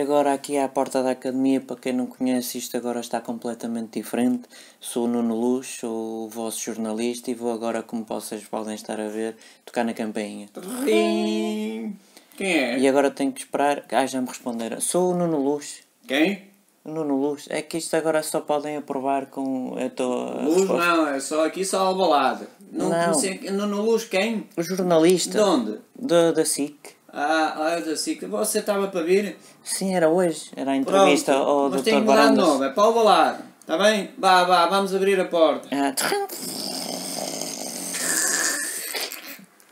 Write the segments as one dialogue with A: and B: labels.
A: agora aqui à porta da academia. Para quem não conhece, isto agora está completamente diferente. Sou o Nuno Luz, sou o vosso jornalista e vou agora, como vocês podem estar a ver, tocar na campainha.
B: Quem é?
A: E agora tenho que esperar. Ah, já me responderam. Sou o Nuno Luz.
B: Quem?
A: O Nuno Luz. É que isto agora só podem aprovar com a tua
B: Luz
A: resposta.
B: não, é só aqui só albalado. Não,
A: Não. Então.
B: não. sei, não, não luz quem?
A: O jornalista.
B: De onde?
A: Da, da SIC.
B: Ah, ah, da SIC. Você estava para vir?
A: Sim, era hoje. Era a
B: Pronto.
A: entrevista ao
B: Mas
A: Dr.
B: tem que mudar de
A: Barandas.
B: nome, é para albalado. Está bem? Vá, vá, vamos abrir a porta.
A: Ah, tchim.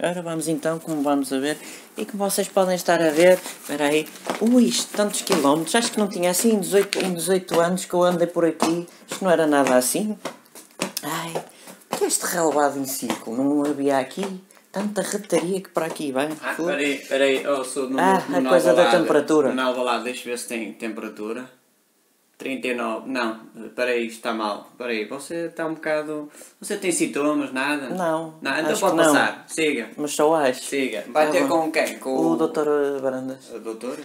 A: Ora vamos então, como vamos a ver, e como vocês podem estar a ver, espera aí, ui, isto, tantos quilómetros, acho que não tinha assim, 18, em 18 anos que eu andei por aqui, isto não era nada assim. Ai, o que é este relevado em círculo? Não havia aqui tanta retaria que para aqui vai.
B: Ah, peraí, peraí, oh, sou no,
A: Ah,
B: no
A: a coisa da
B: Alvalade.
A: temperatura.
B: No albalado, deixa eu ver se tem temperatura. 39, não, peraí, isto está mal. Peraí, você está um bocado. Você tem sintomas, nada?
A: Não,
B: Não, então
A: acho
B: pode
A: que não.
B: passar, siga.
A: Mas só acho.
B: Siga. Vai
A: Tá
B: ter
A: bom.
B: com quem? Com
A: O doutor Barandas.
B: O doutor?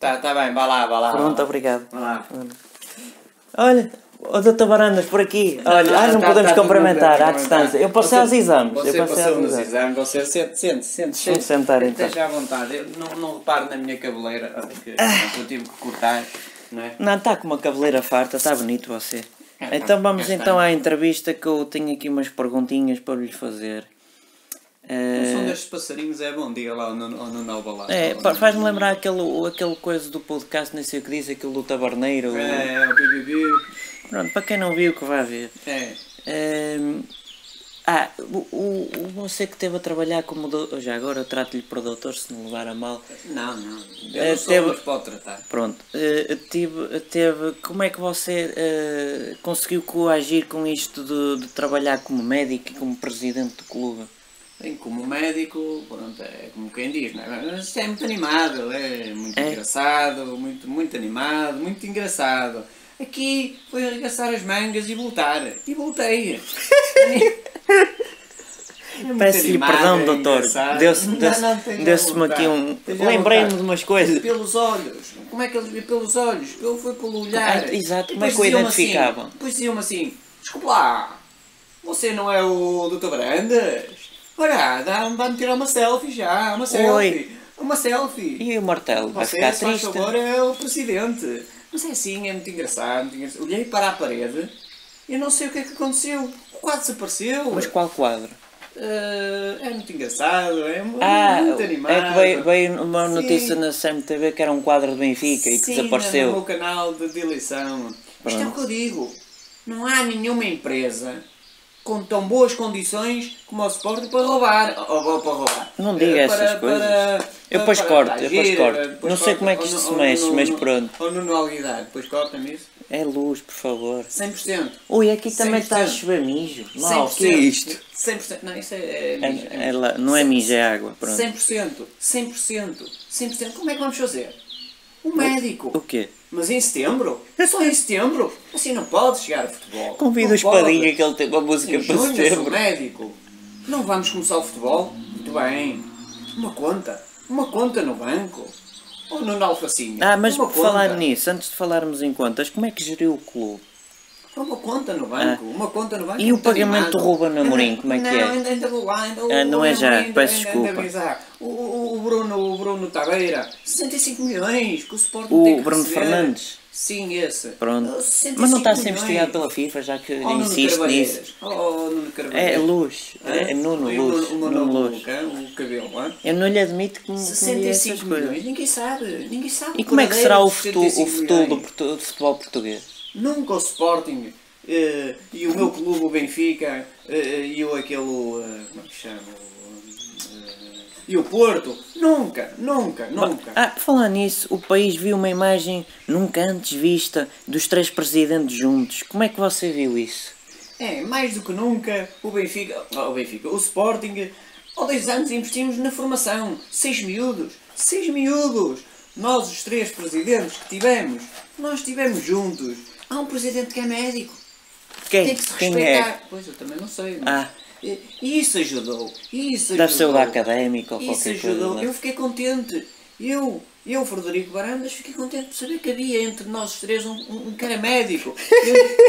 B: Tá, tá bem, vá lá, vá lá.
A: Pronto,
B: vá lá.
A: obrigado.
B: Vá lá.
A: Olha, o doutor Barandas, por aqui. Olha, ah, não
B: Tá,
A: podemos
B: tá, tá,
A: cumprimentar
B: tá,
A: à
B: tá,
A: distância.
B: tá.
A: Eu passei aos exames.
B: Você
A: Eu passei
B: passou
A: aos
B: nos
A: exames.
B: exames, você sente, sente, sente.
A: Deixa-me sentar, então. Ah.
B: Esteja à vontade, eu não, não reparo na minha cabeleira, porque eu tive que cortar, não é?
A: Não, está com uma cabeleira farta, está bonito você.
B: Ah, tá.
A: Então vamos
B: Cá está.
A: então à entrevista que eu tenho aqui umas perguntinhas para lhes fazer.
B: O
A: Eh,
B: som destes passarinhos é bom, diga lá, no, no, no balado.
A: é, pá, faz-me lembrar aquele, o- aquele coisa do podcast, nem sei o que diz, aquilo do taberneiro.
B: É, é, o bibibi,
A: Pronto, para quem não viu, que vai ver.
B: é.
A: Ehm, ah, o, o- o você que esteve a trabalhar como doutor. Já agora eu trato-lhe para doutor se me levar a mal.
B: Não, não, eu
A: É,
B: não sou,
A: teve-
B: mas pode tratar.
A: Pronto, eh, teve, teve, como é que você eh, conseguiu coagir com isto de, de trabalhar como médico e como presidente do clube?
B: Bem, como médico, pronto, é como quem diz, não é? Mas isto é muito animado, é muito
A: É.
B: engraçado, muito, muito animado, muito engraçado. Aqui foi arregaçar as mangas e voltar. E voltei. É muito
A: Peço-lhe
B: animado,
A: perdão,
B: é
A: doutor.
B: engraçado.
A: Deu-se-
B: Não,
A: Deu-se
B: não, esteja à
A: deu-se-me
B: vontade,
A: aqui um.
B: esteja à
A: Lembrei-me de
B: vontade.
A: umas coisas.
B: Pelos olhos. Como é que eles viam pelos olhos? Eu fui pelo olhar.
A: Ah, exato,
B: E
A: como é
B: depois
A: que o
B: diziam assim-
A: identificavam?
B: Depois diziam-me assim: desculpa lá, você não é o Dr. Brandas? Ora, dá- vamos tirar uma selfie já, uma selfie. Uma selfie.
A: E o martelo? Vai
B: Você,
A: ficar
B: se faz
A: triste?
B: favor, é o presidente. Mas é assim, é muito engraçado. Muito engraçado. Olhei para a parede e não sei o que é que aconteceu. Quase desapareceu.
A: Mas qual quadro?
B: Ah, é muito engraçado, é mu- muito,
A: Ah,
B: animado.
A: é que veio, veio uma
B: Sim.
A: notícia na CMTV que era um quadro do Benfica e que
B: Sim,
A: desapareceu.
B: no meu canal de de eleição. Isto é o
A: Pronto.
B: que eu digo. Não há nenhuma empresa com tão boas condições como o Sporting para roubar. Ou, ou para roubar.
A: Não diga
B: Eh,
A: essas coisas. Eu depois corto, eu depois
B: agir,
A: corto.
B: eh,
A: Não sei como é que
B: ou
A: isto
B: no-
A: se
B: ou no-
A: mexe,
B: no-
A: mas
B: no-
A: pronto.
B: Ou manualidade, depois corta-me isso.
A: É luz, por favor.
B: 100%.
A: Ui, aqui também está a
B: 100%.
A: chover mijo. Mal, o que é isto?
B: 100%. Não, isso é. é,
A: É-
B: mijo,
A: é
B: mijo.
A: lá- não é mijo, é água. Pronto.
B: 100%, 100%, 100%. Como é que vamos fazer? O médico.
A: O quê?
B: Mas em setembro? Só em setembro? Assim não pode chegar a futebol.
A: Convida o
B: Não
A: Espadinha
B: pode.
A: que ele tem uma música
B: Em
A: para
B: junho eu sou
A: setembro.
B: médico. Não vamos começar o futebol? Muito bem. Uma conta. Uma conta no banco. Ou no Alfacinha.
A: Ah, mas
B: uma
A: por falar
B: conta.
A: nisso, antes de falarmos em contas, como é que geriu o clube?
B: Uma conta no banco. Uma conta no banco.
A: Ah. E
B: é
A: o
B: Muito
A: pagamento do
B: animado.
A: Ruben Amorim, como é que
B: não,
A: é?
B: Ainda, ainda vou lá. Ainda, o
A: Ah, não é
B: Ruben
A: já,
B: Amorim ainda-
A: peço
B: ainda-
A: desculpa.
B: ainda avisar. o, o, o Bruno, o Bruno Tabeira. 65 milhões que o Sporting
A: O
B: tem que
A: Bruno
B: receber.
A: Fernandes?
B: Sim, esse.
A: Pronto.
B: Ah, 65
A: Mas não está a ser
B: milhões.
A: investigado pela FIFA, já que
B: Oh, Nuno
A: insiste nisso.
B: Carvalheiras. Oh, Nuno Carvalheiras.
A: É luz.
B: Hã?
A: É Nuno
B: E o
A: Luz.
B: O
A: Nuno Luz.
B: Luca, o um cabelo, hã?
A: Eu não lhe admito que me que me diga essas
B: 65
A: coisas.
B: milhões, ninguém sabe, ninguém sabe.
A: E como é que será o futuro, o
B: 65
A: futuro do,
B: milhões.
A: portu- do futebol português?
B: Nunca o Sporting eh, e o meu clube, o Benfica, eh, e o aquele. eh, como é que chama? O, eh, e o Porto, nunca, nunca, nunca.
A: Ah, por falar nisso, o país viu uma imagem nunca antes vista dos três presidentes juntos. Como é que você viu isso?
B: É, mais do que nunca, o Benfica, oh, o Benfica, o Sporting, há dois anos investimos na formação. Seis miúdos, seis miúdos. Nós, os três presidentes que tivemos, nós estivemos juntos. Há um presidente que é médico.
A: Quem,
B: Tem que se
A: quem
B: respeitar.
A: é?
B: Pois, eu também não sei. mas-
A: Ah.
B: E e isso ajudou. e Isso
A: Deve ser o
B: ajudou.
A: da académica ou
B: Isso
A: qualquer coisa.
B: ajudou.
A: não é?
B: Eu fiquei contente. Eu, E eu, Frederico Barandas, fiquei contente por saber que havia entre nós os três um, um, um cara médico. Eu, eu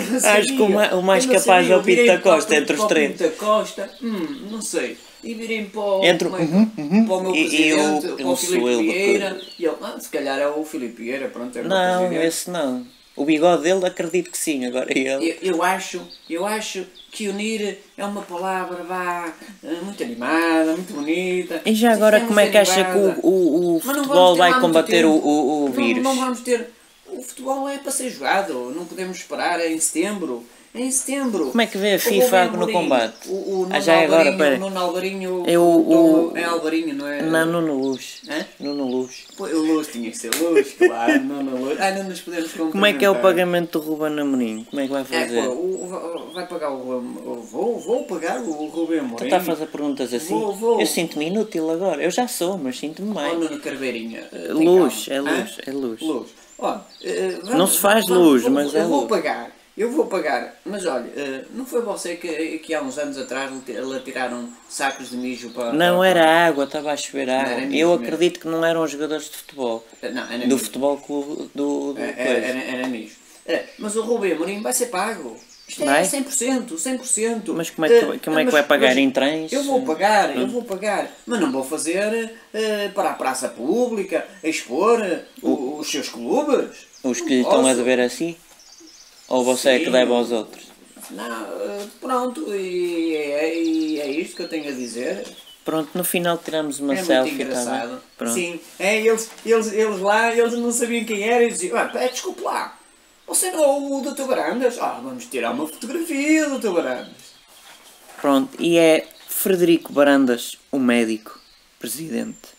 B: não sabia.
A: Acho que o ma- o mais
B: Eu não
A: capaz é o
B: sabia. Eu
A: Pinto
B: virei
A: da
B: para o
A: Costa
B: Pinto-
A: entre os
B: para o
A: três.
B: Pinto da Costa, hum, não sei. E virei para o,
A: Entre o-
B: como é que-
A: uhum, uhum.
B: para o meu
A: E- e
B: presidente,
A: o-
B: para
A: o
B: o Filipe
A: Suelo, que-
B: Vieira. E ele, ah, se calhar é o Filipe Vieira, pronto, é o meu
A: Não,
B: presidente.
A: esse não. O bigode dele acredito que sim, agora ele.
B: Eu, eu acho, eu acho que unir é uma palavra vá, eh, muito animada, muito bonita.
A: E já agora como é que acha que o, o, o
B: Mas
A: futebol
B: não vamos ter lá
A: vai
B: muito
A: combater o,
B: tempo.
A: o, o vírus?
B: Não, não vamos ter. O futebol é para ser jogado, não podemos esperar é em setembro. É em setembro.
A: Como é que vê a
B: O
A: FIFA
B: Rubem
A: no
B: Amorim,
A: combate?
B: O, o Nuno
A: Ah, já é agora,
B: Alvarinho,
A: pera.
B: o Nuno Alvarinho.
A: É o- o-
B: Dom- É Alvarinho, não é?
A: Não, Nuno Luz.
B: Hã?
A: Nuno Luz.
B: Pô, Luz tinha que ser Luz, claro. Nuno Luz. Ah, não nos podemos
A: Como é que é o
B: cumprimentar.
A: pagamento do Ruben Amorim? Como é que vai
B: É,
A: fazer?
B: pô, o- o- vai pagar o. um, o- Vou, vou pagar o Rubem Amorim.
A: Tu está a fazer perguntas assim?
B: Vou, vou.
A: Eu sinto-me inútil agora. Eu já sou, mas sinto-me
B: Ó,
A: mais. É
B: Nuno Carveirinha. tem
A: luz,
B: calma.
A: é
B: Hã?
A: luz, é luz.
B: Luz. Ó, eh,
A: Não se faz luz,
B: vou-
A: mas
B: eu
A: é
B: vou
A: luz.
B: pagar, eu vou pagar. Mas olha, eh, não foi você que, que há uns anos atrás lhe ti- lhe tiraram sacos de mijo para.
A: Não
B: para-
A: era água, estava a chover
B: era
A: água.
B: mesmo,
A: Eu
B: mesmo.
A: acredito que não eram os jogadores de futebol.
B: Não, era
A: Do
B: mijo.
A: futebol clube do, do
B: É,
A: coisa.
B: Era, era, era mijo. É, mas o Rubem Amorim vai ser pago. Isto
A: Vai?
B: é 100%, 100%.
A: Mas como é que-
B: Eh,
A: como é que
B: mas-
A: vai pagar? Hum.
B: mas
A: Em trens?
B: Eu vou pagar, eu vou pagar. Mas não vou fazer eh, para a praça pública, expor eh, o- os seus clubes.
A: Os que
B: Não
A: lhe estão a
B: posso.
A: dever assim? Ou você é que
B: Sim.
A: deve aos outros?
B: Não, eh, pronto, e é, e é isto que eu tenho a dizer.
A: Pronto, no final tiramos uma
B: é
A: selfie,
B: muito
A: está
B: engraçado.
A: bem? Pronto.
B: Sim, é, eles, eles, eles lá, eles não sabiam quem era e diziam, ah, pá, desculpe lá, você não é o Dr. Barandas? Ah, vamos tirar uma fotografia do Dr. Barandas.
A: Pronto, e é Frederico Barandas, o médico, presidente.